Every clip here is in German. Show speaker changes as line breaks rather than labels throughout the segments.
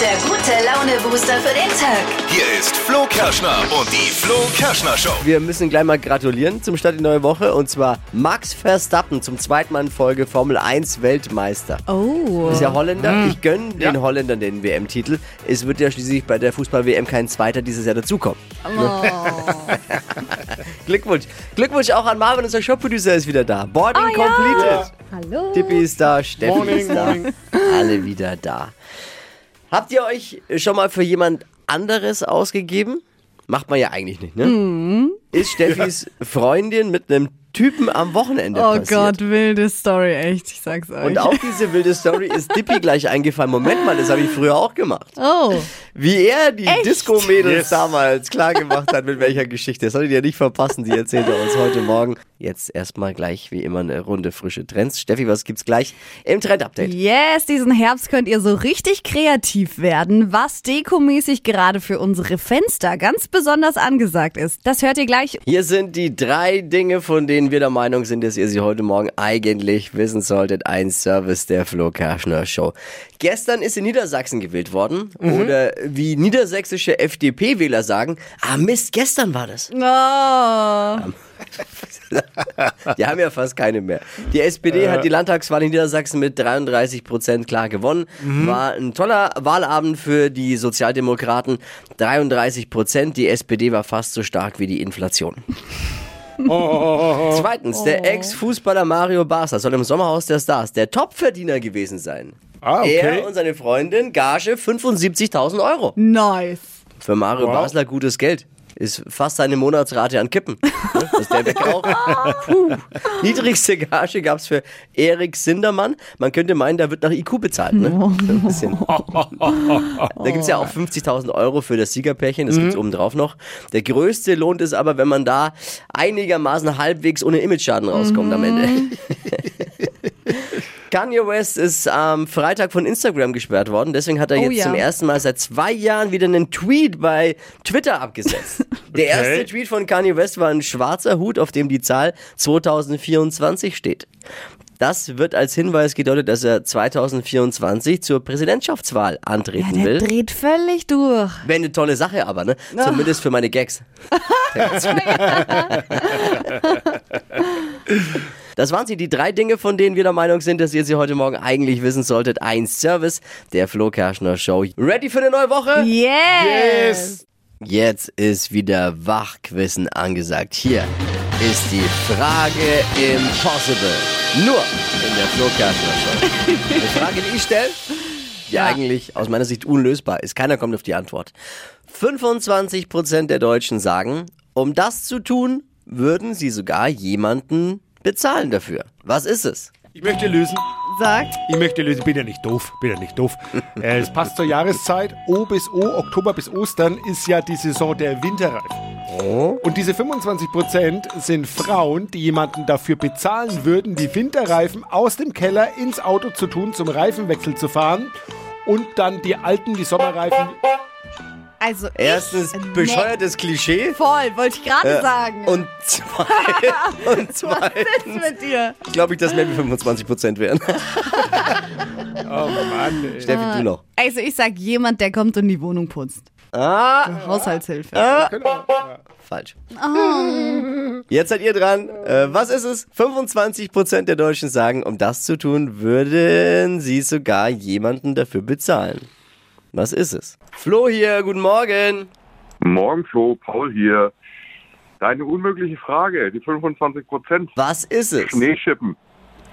der gute Laune-Booster für den Tag.
Hier ist Flo Kerschner und die Flo Kerschner Show.
Wir müssen gleich mal gratulieren zum Start die neue Woche und zwar Max Verstappen zum zweiten Mal in Folge Formel 1 Weltmeister.
Oh.
Ist ja Holländer.
Mm.
Ich gönne den Holländern den WM-Titel. Es wird ja schließlich bei der Fußball-WM kein zweiter dieses Jahr dazukommen.
Oh.
Glückwunsch. Glückwunsch auch an Marvin, unser Shop-Producer ist wieder da. Boarding completed.
Oh, Hallo.
Tippi ist da, Steffi
Morning,
ist da.
morning.
Alle wieder da. Habt ihr euch schon mal für jemand anderes ausgegeben? Macht man ja eigentlich nicht, ne?
Mhm.
Ist Steffis Freundin mit einem Typen am Wochenende
Oh
passiert.
Gott, wilde Story, echt, ich sag's euch.
Und auf diese wilde Story ist Dippy gleich eingefallen. Moment mal, das habe ich früher auch gemacht.
oh,
Wie er die
Echt?
Disco-Mädels
Yes.
damals klar gemacht hat, mit welcher Geschichte. Das solltet ihr nicht verpassen, die erzählt er uns heute Morgen. Jetzt erstmal gleich wie immer eine Runde frische Trends. Steffi, was gibt's gleich im Trend-Update?
yes, diesen Herbst könnt ihr so richtig kreativ werden, was dekomäßig gerade für unsere Fenster ganz besonders angesagt ist. Das hört ihr gleich.
Hier sind die drei Dinge, von denen wir der Meinung sind, dass ihr sie heute Morgen eigentlich wissen solltet. Ein Service der Flo Kerschner Show. Gestern ist in Niedersachsen gewählt worden. Oder wie niedersächsische FDP-Wähler sagen, ah Mist, gestern war das.
Oh.
Die haben ja fast keine mehr. Die SPD hat
Äh.
die Landtagswahl in Niedersachsen mit 33 Prozent klar gewonnen.
Mhm.
War ein toller Wahlabend für die Sozialdemokraten. 33 Prozent. Die SPD war fast so stark wie die Inflation.
Oh,
Zweitens, der Ex-Fußballer Mario Barca soll im Sommerhaus der Stars der Topverdiener gewesen sein.
Ah, okay.
Er und seine Freundin Gage 75.000 Euro.
Nice.
Für Mario
Wow.
Basler gutes Geld. Ist fast seine Monatsrate an Kippen. Ne? Ist der weg auch? Puh. Niedrigste Gage gab es für Erik Sindermann. Man könnte meinen, da wird nach IQ bezahlt. Ne? So ein bisschen. Da gibt es
Oh.
ja auch 50.000 Euro für das Siegerpärchen. Das gibt's obendrauf noch. Der größte Lohn ist aber, wenn man da einigermaßen halbwegs ohne Imageschaden rauskommt am Ende.
Mhm.
Kanye West ist am Freitag von Instagram gesperrt worden. Deswegen hat er
Oh
jetzt
ja.
zum ersten Mal seit zwei Jahren wieder einen Tweet bei Twitter abgesetzt. Der
Okay.
erste Tweet von Kanye West war ein schwarzer Hut, auf dem die Zahl 2024 steht. Das wird als Hinweis gedeutet, dass er 2024 zur Präsidentschaftswahl
Ja,
antreten
der
will.
dreht völlig durch.
Wäre eine tolle Sache aber, ne?
Ah.
Zumindest für meine Gags. Das waren sie, die drei Dinge, von denen wir der Meinung sind, dass ihr sie heute Morgen eigentlich wissen solltet. Ein Service der Flo Kerschner Show. Ready für eine neue Woche?
Yes.
Jetzt ist wieder Wachquissen angesagt. Hier ist die Frage Impossible. Nur in der Flo Kerschner Show. Eine Frage, die ich stelle, die eigentlich aus meiner Sicht unlösbar ist. Keiner kommt auf die Antwort. 25% der Deutschen sagen, um das zu tun, würden sie sogar jemanden bezahlen dafür. Was ist es?
Ich möchte lösen.
Sag.
Ich möchte lösen. Bin ja nicht doof. Bin ja nicht doof. äh, es passt zur Jahreszeit. O bis O, Oktober bis Ostern ist ja die Saison der Winterreifen.
Oh.
Und diese 25% sind Frauen, die jemanden dafür bezahlen würden, die Winterreifen aus dem Keller ins Auto zu tun, zum Reifenwechsel zu fahren und dann die alten, die Sommerreifen.
Also
Erstens,
ich,
bescheuertes Klischee.
Nee, voll, wollte ich gerade sagen.
Und zweitens, und
Was
zweitens
ist mit dir?
glaube ich, dass mehr wie 25% wären.
Oh Mann. ey.
Steffi, du noch.
Also ich sag jemand, der kommt und die Wohnung putzt.
Ah,
Haushaltshilfe.
falsch. Jetzt seid ihr dran. Äh, was ist es? 25% der Deutschen sagen, um das zu tun, würden sie sogar jemanden dafür bezahlen. Was ist es? Flo hier, guten Morgen.
Morgen, Flo, Paul hier. Deine unmögliche Frage, die 25 Prozent
Was ist es?
Schneeschippen.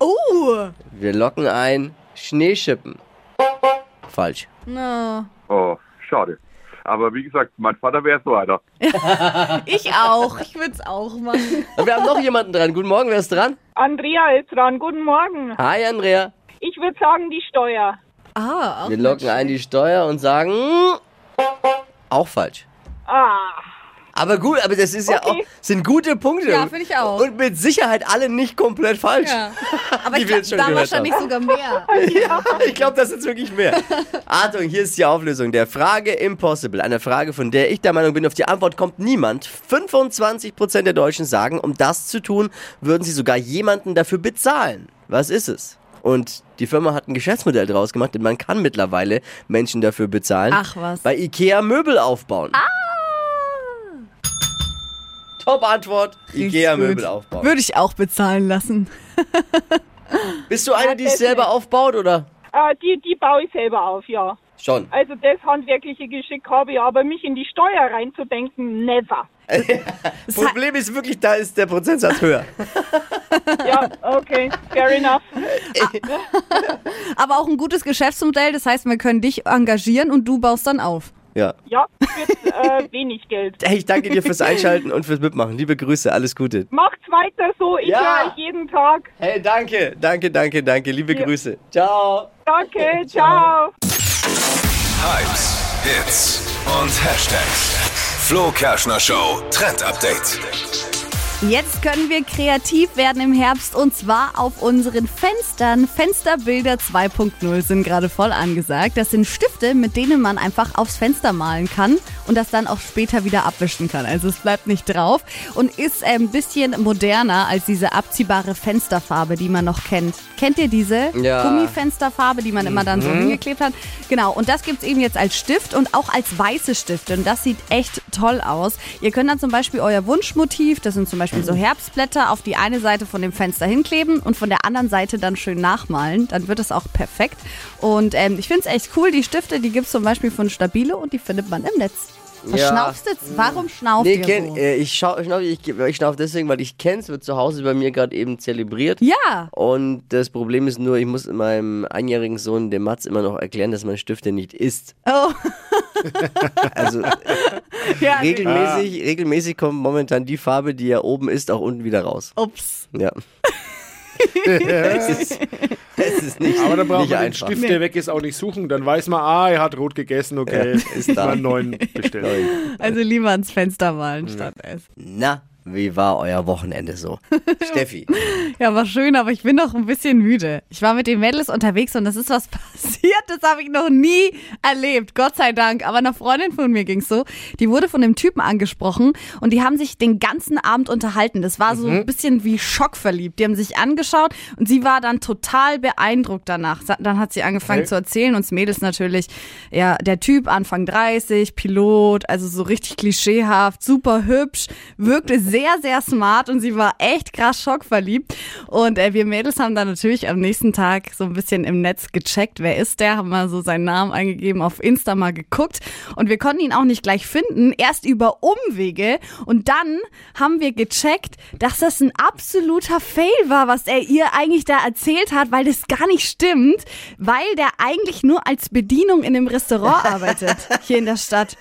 Oh.
Wir locken ein Schneeschippen. Falsch.
No.
Oh, schade. Aber wie gesagt, mein Vater wäre so einer.
Ich auch. Ich würde es auch machen.
Und wir haben noch jemanden dran. Guten Morgen, wer ist dran?
Andrea ist dran. Guten Morgen.
Hi, Andrea.
Ich würde sagen, die Steuer.
Ah, auch
Wir locken ein die Steuer und sagen. Auch falsch.
Ah,
Aber gut, aber das ist ja auch,
Okay.
sind gute Punkte.
Ja, finde ich auch.
Und mit Sicherheit alle nicht komplett falsch.
Ja. Aber
Die wir
ich glaub,
jetzt schon
da
gehört
wahrscheinlich sogar mehr.
Ich glaube, das sind wirklich mehr. Achtung, hier ist die Auflösung der Frage Impossible. Eine Frage, von der ich der Meinung bin, auf die Antwort kommt niemand. 25% der Deutschen sagen, um das zu tun, würden sie sogar jemanden dafür bezahlen. Was ist es? Und die Firma hat ein Geschäftsmodell draus gemacht, denn man kann mittlerweile Menschen dafür bezahlen.
Ach was.
Bei Ikea Möbel aufbauen. Ah. Top Antwort. Ikea
Gut.
Möbel aufbauen.
Würde ich auch bezahlen lassen.
Bist du eine, die es
deswegen.
selber aufbaut oder?
Äh, die, die baue ich selber auf, ja.
Schon.
Also das handwerkliche Geschick habe ich, aber mich in die Steuer reinzudenken, never.
Das Problem ist wirklich, da ist der Prozentsatz höher.
Ja, okay, fair enough.
Aber auch ein gutes Geschäftsmodell, das heißt, wir können dich engagieren und du baust dann auf.
ja.
Ja, für äh, wenig Geld.
Hey, ich danke dir fürs Einschalten und fürs Mitmachen. Liebe Grüße, alles Gute.
Macht's weiter so, ich
Ja.
höre euch jeden Tag.
Hey, danke, danke, danke, danke. Liebe Grüße. Ciao.
Danke, ciao.
Hypes, Hits und Hashtags. Flo Kerschner Show Trend Update.
Jetzt können wir kreativ werden im Herbst und zwar auf unseren Fenstern. Fensterbilder 2.0 sind gerade voll angesagt. Das sind Stifte, mit denen man einfach aufs Fenster malen kann und das dann auch später wieder abwischen kann. Also es bleibt nicht drauf und ist äh, ein bisschen moderner als diese abziehbare Fensterfarbe, die man noch kennt. Kennt ihr diese
Ja.
Gummifensterfarbe, die man immer dann so hingeklebt hat? Genau, und das gibt's eben jetzt als Stift und auch als weiße Stifte und das sieht echt toll aus. Ihr könnt dann zum Beispiel euer Wunschmotiv, das sind zum Beispiel so Herbstblätter, auf die eine Seite von dem Fenster hinkleben und von der anderen Seite dann schön nachmalen. Dann wird das auch perfekt. Und ähm, ich find's echt cool, die Stifte, die gibt's zum Beispiel von Stabile und die findet man im Netz.
Ja.
Verschnaufst jetzt? Warum schnauft
Nee,
ihr
kenn,
so?
äh, ich schau, ich, schnauf- ich, ich schnauf deswegen, weil ich kenn's, wird zu Hause bei mir gerade eben zelebriert.
ja,
Und das Problem ist nur, ich muss meinem einjährigen Sohn, dem Mats, immer noch erklären, dass man Stifte nicht isst.
Oh.
also
ja.
regelmäßig, regelmäßig kommt momentan die Farbe, die ja oben ist, auch unten wieder raus.
Ups.
Ja. es, ist, es ist nicht
Aber dann braucht
nicht
man den
einfach.
Stift, der weg ist, auch nicht suchen. Dann weiß man, ah, er hat rot gegessen, okay,
Ja, ist
ist
da.
mal einen neuen bestellt.
Also lieber ans Fenster malen statt Essen.
Na, wie war euer Wochenende so? Steffi.
Ja, war schön, aber ich bin noch ein bisschen müde. Ich war mit den Mädels unterwegs und das ist was passiert, das habe ich noch nie erlebt, Gott sei Dank. Aber einer Freundin von mir ging's so, die wurde von dem Typen angesprochen und die haben sich den ganzen Abend unterhalten. Das war so ein bisschen wie schockverliebt. Die haben sich angeschaut und sie war dann total beeindruckt danach. Sa- Dann hat sie angefangen
Okay.
zu erzählen, uns Mädels natürlich. Ja, der Typ, Anfang 30, Pilot, also so richtig klischeehaft, super hübsch, wirkte sehr, sehr smart und sie war echt krass schockverliebt. Und äh, wir Mädels haben dann natürlich am nächsten Tag so ein bisschen im Netz gecheckt, wer ist der, haben mal so seinen Namen eingegeben, auf Insta mal geguckt und wir konnten ihn auch nicht gleich finden, erst über Umwege und dann haben wir gecheckt, dass das ein absoluter Fail war, was er ihr eigentlich da erzählt hat, weil das gar nicht stimmt, weil der eigentlich nur als Bedienung in dem Restaurant arbeitet, hier in der Stadt.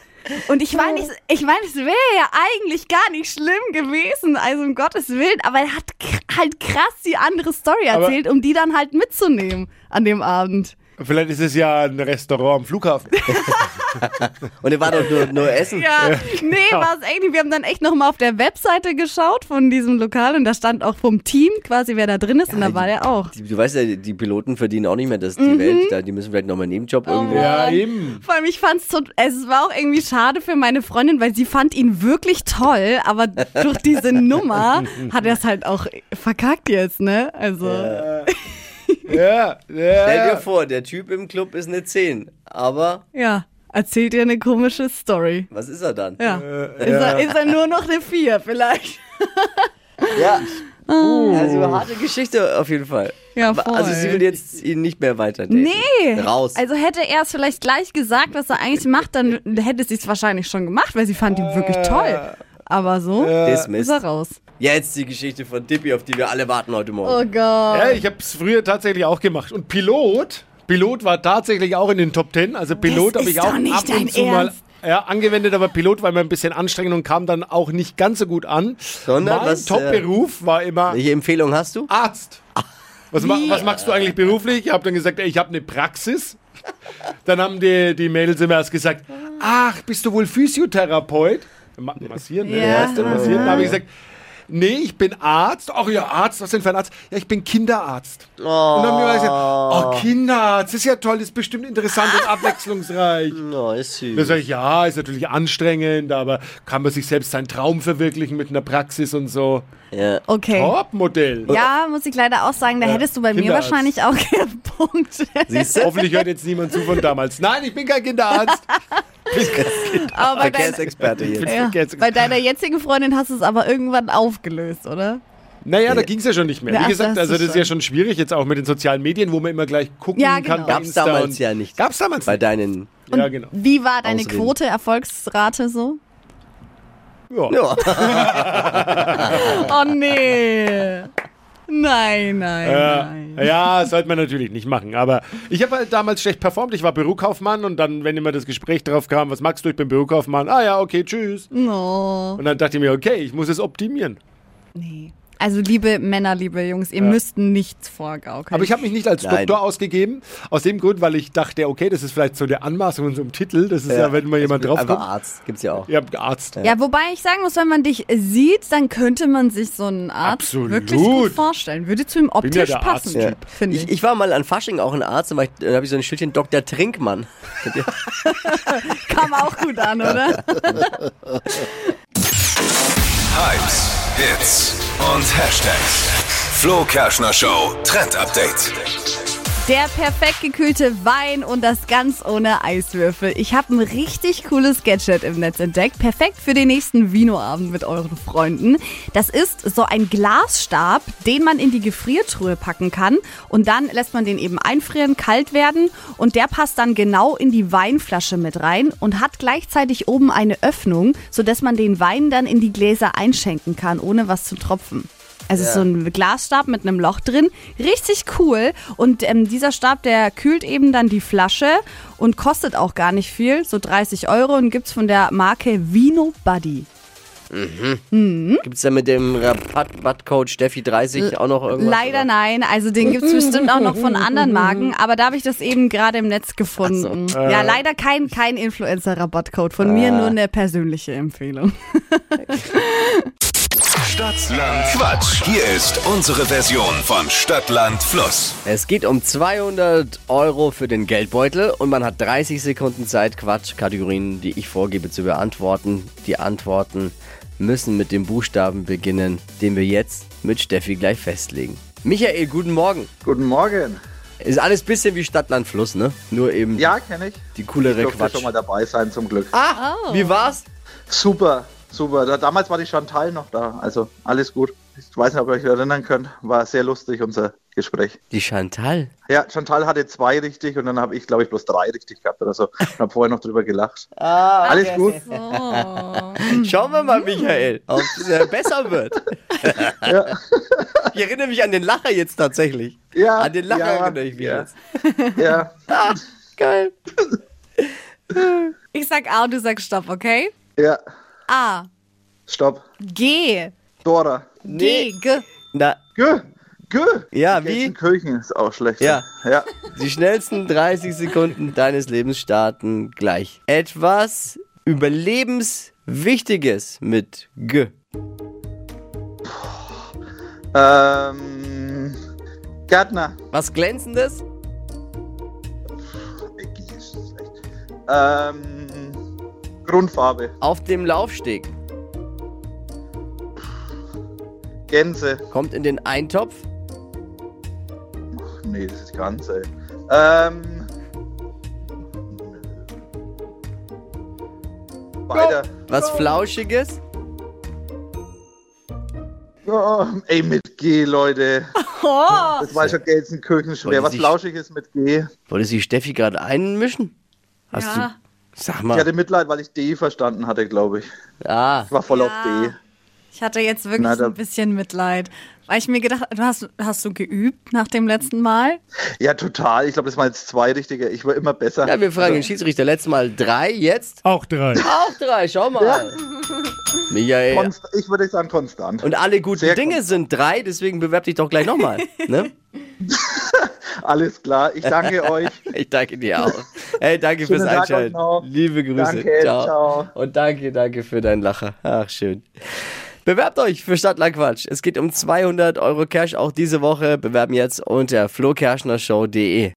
Und ich meine, es- ich meine, es wäre ja eigentlich gar nicht schlimm gewesen, also um Gottes Willen, aber er hat kr- halt krass die andere Story
Aber-
erzählt, um die dann halt mitzunehmen an dem Abend.
Vielleicht ist es ja ein Restaurant am Flughafen.
Und ihr wart doch nur, nur essen.
Ja, nee, war es eigentlich. Wir haben dann echt nochmal auf der Webseite geschaut von diesem Lokal und da stand auch vom Team quasi, wer da drin ist und da war der auch.
Die, du weißt ja, die Piloten verdienen auch nicht mehr das die
Mhm.
Welt. Da, die müssen vielleicht nochmal einen
Oh.
Nebenjob irgendwo.
Ja, eben.
Vor allem, ich fand's tot, es war auch irgendwie schade für meine Freundin, weil sie fand ihn wirklich toll, aber durch diese Nummer hat er es halt auch verkackt jetzt, ne? Also,
Äh, Ja,
Stell dir
ja.
vor, der Typ im Club ist eine 10. Aber
ja, erzählt ihr eine komische Story.
was ist er dann?
Ja.
Äh,
ist, Er, ist er nur noch eine Vier vielleicht?
Ja. Also eine harte Geschichte auf jeden Fall.
Ah. Ja,
Aber-
voll.
Also sie will jetzt ihn nicht mehr weiter daten.
Nee.
Raus.
Also hätte er es vielleicht gleich gesagt, was er eigentlich macht, dann hätte sie es wahrscheinlich schon gemacht, weil sie fand ihn wirklich toll. Aber so ist
Dismissed.
er raus.
Jetzt die Geschichte von Dippy, auf die wir alle warten heute Morgen.
Oh Gott.
ja ich habe es früher tatsächlich auch gemacht. Und Pilot, Pilot war tatsächlich auch in den Top Ten. Also Pilot
Das
habe ich
ist
auch
doch nicht
ab
dein
und zu
Ernst.
mal ja, angewendet, aber Pilot war immer ein bisschen anstrengend und kam dann auch nicht ganz so gut an.
Sondern
mein
was, äh,
Top-Beruf war immer
Welche Empfehlung hast
Ah,
du?
Arzt. Was, ma was machst du eigentlich beruflich? Ich habe dann gesagt, ey, ich habe eine Praxis. Dann haben die, die Mädels immer erst gesagt, ach, bist du wohl Physiotherapeut? Ma massieren, ne?
Ja.
weißt du, massieren. Dann habe ich gesagt, nee, ich bin Arzt. Ach ja, Arzt, was denn für ein Arzt? Ja, ich bin Kinderarzt. Und dann haben wir gesagt, oh, Kinderarzt, ist ja toll, ist bestimmt interessant und abwechslungsreich.
Oh, ist
Da
süß.
sag ich, ja, ist natürlich anstrengend, aber kann man sich selbst seinen Traum verwirklichen mit einer Praxis und so.
Ja.
Okay.
Topmodell.
Ja, muss ich leider auch sagen, da
Ja,
hättest du bei mir
Kinderarzt.
wahrscheinlich auch gepunktet.
Siehst du?
Hoffentlich hört jetzt niemand zu von damals. Nein, ich bin kein Kinderarzt.
Aber bei, dein,
Verkehrsexperte hier.
ja,
Verkehrs-
bei deiner jetzigen Freundin hast du es aber irgendwann aufgelöst, oder?
Naja, da ging es ja schon nicht mehr.
Ja,
Wie
ach,
gesagt,
das
also
ist
das ist ja schon schwierig jetzt auch mit den sozialen Medien, wo man immer gleich gucken
Ja, genau.
kann. bei
Gab's
Insta
damals
und-
ja nicht.
Gab's damals
Bei
nicht.
deinen.
Ja, genau.
Wie war deine
Ausreden.
Quote, Erfolgsrate so?
Ja.
Ja.
Oh nee. Nein, nein, nein.
Ja, Äh, ja, sollte man natürlich nicht machen. Aber ich habe halt damals schlecht performt. Ich war Bürokaufmann und dann, wenn immer das Gespräch drauf kam, was magst du, ich bin Bürokaufmann. Ah ja, okay, tschüss.
No.
Und dann dachte ich mir, okay, ich muss es optimieren.
Nee. Also liebe Männer, liebe Jungs, ihr müsst nichts vorgaukeln.
Aber ich habe mich nicht als
Nein.
Doktor ausgegeben. Aus dem Grund, weil ich dachte, okay, das ist vielleicht so der Anmaßung in so einem Titel. Das ist ja, wenn mal jemand drauf
Einfach
kommt.
Arzt. Gibt's ja auch.
Ja, Arzt.
ja, wobei ich sagen muss, wenn man dich sieht, dann könnte man sich so einen Arzt
Absolut.
wirklich gut vorstellen. Würde zu ihm
ja
optisch
der
passen,
Arzttyp.
finde ich.
Ich, ich war mal an Fasching auch ein Arzt, und dann habe ich so ein Schildchen Dr. Trinkmann.
Kam auch gut an, oder?
Hypes, Hits und Hashtags. Flo Kerschner Show Trend Update.
Der perfekt gekühlte Wein und das ganz ohne Eiswürfel. Ich habe ein richtig cooles Gadget im Netz entdeckt. Perfekt für den nächsten Vinoabend mit euren Freunden. Das ist so ein Glasstab, den man in die Gefriertruhe packen kann. Und dann lässt man den eben einfrieren, kalt werden. Und der passt dann genau in die Weinflasche mit rein und hat gleichzeitig oben eine Öffnung, sodass man den Wein dann in die Gläser einschenken kann, ohne was zu tropfen. Also so ein Glasstab mit einem Loch drin. Richtig cool. Und ähm, dieser Stab, der kühlt eben dann die Flasche und kostet auch gar nicht viel, so 30 Euro und gibt's von der Marke Vino Buddy.
Gibt's da mit dem Rabattcode Steffi30 auch noch irgendwas?
Leider
oder?
nein, also den gibt's bestimmt auch noch von anderen Marken, aber da habe ich das eben gerade im Netz gefunden. Ja,
Äh.
leider kein, kein Influencer-Rabattcode, von mir nur eine persönliche Empfehlung.
Stadtland Quatsch. Hier ist unsere Version von Stadtland Fluss.
Es geht um 200 Euro für den Geldbeutel und man hat 30 Sekunden Zeit, Quatschkategorien, die ich vorgebe, zu beantworten. Die Antworten müssen mit dem Buchstaben beginnen, den wir jetzt mit Steffi gleich festlegen. Michael, guten Morgen.
Guten Morgen.
Ist alles bisschen wie Stadtland Fluss, ne? Nur eben
Ja, kenne ich.
die coolere
Ich durfte
Quatsch.
schon mal dabei sein, zum Glück.
Ah, wie war's?
Super, super. Da, damals war die Chantal noch da. Also alles gut. Ich weiß nicht, ob ihr euch erinnern könnt. War sehr lustig, unser Gespräch.
Die Chantal.
Ja, Chantal hatte zwei richtig und dann habe ich, glaube ich, bloß drei richtig gehabt oder so. Und habe vorher noch drüber gelacht. alles gut.
Schauen wir mal, Michael, ob es äh, besser wird. Ich erinnere mich an den Lacher jetzt tatsächlich.
Ja,
An den Lacher
ja,
erinnere ich mich
ja.
jetzt.
Ja,
Geil.
Ich sag A und du sagst Stopp, okay?
ja.
A,
Stopp.
G,
Dora.
G, G.
Na,
Gö. Gö.
Ja, wie?
Gelsenkirchen ist auch schlecht.
Ja.
Ja.
die schnellsten 30 Sekunden deines Lebens starten gleich. Etwas Überlebenswichtiges mit G.
Ähm, Gärtner.
Was Glänzendes?
Ähm, Grundfarbe.
Auf dem Laufsteg.
Gänse.
Kommt in den Eintopf.
Nee, das ist ganz, ey. Ähm. Weiter.
Was Flauschiges?
Ja, ey, mit G, Leute. Das war schon Gelsenkirchen schwer.
Wollte
Was
sich-
Flauschiges mit G.
Wollte sich Steffi gerade einmischen? Hast
Ja.
du. Sag
Ich hatte
mal.
Mitleid, weil ich D verstanden hatte, glaube ich.
Ah,
Ich war voll auf
Ja.
D.
Ich hatte jetzt wirklich
Na, da-
ein bisschen Mitleid, weil ich mir gedacht habe, hast, hast du geübt nach dem letzten Mal?
Ja, total. Ich glaube, das waren jetzt zwei richtige. Ich war immer besser. Also
ja, wir fragen den Schiedsrichter. Letztes Mal drei, jetzt
Auch drei.
auch drei. Schau mal. Michael.
Konst ich würde sagen, konstant.
Und alle guten
Sehr
Dinge sind drei, deswegen bewerb dich doch gleich nochmal. Ne?
Alles klar. Ich danke euch.
Ich danke dir auch. Hey, danke
Schönen
fürs
Tag
Einschalten.
euch noch.
Liebe Grüße.
Danke, ciao.
Und danke, danke für deinen Lacher. Ach, schön. Bewerbt euch für Stadtlandquatsch. Es geht um 200 Euro Cash auch diese Woche. Bewerben jetzt unter flokerschnershow.de.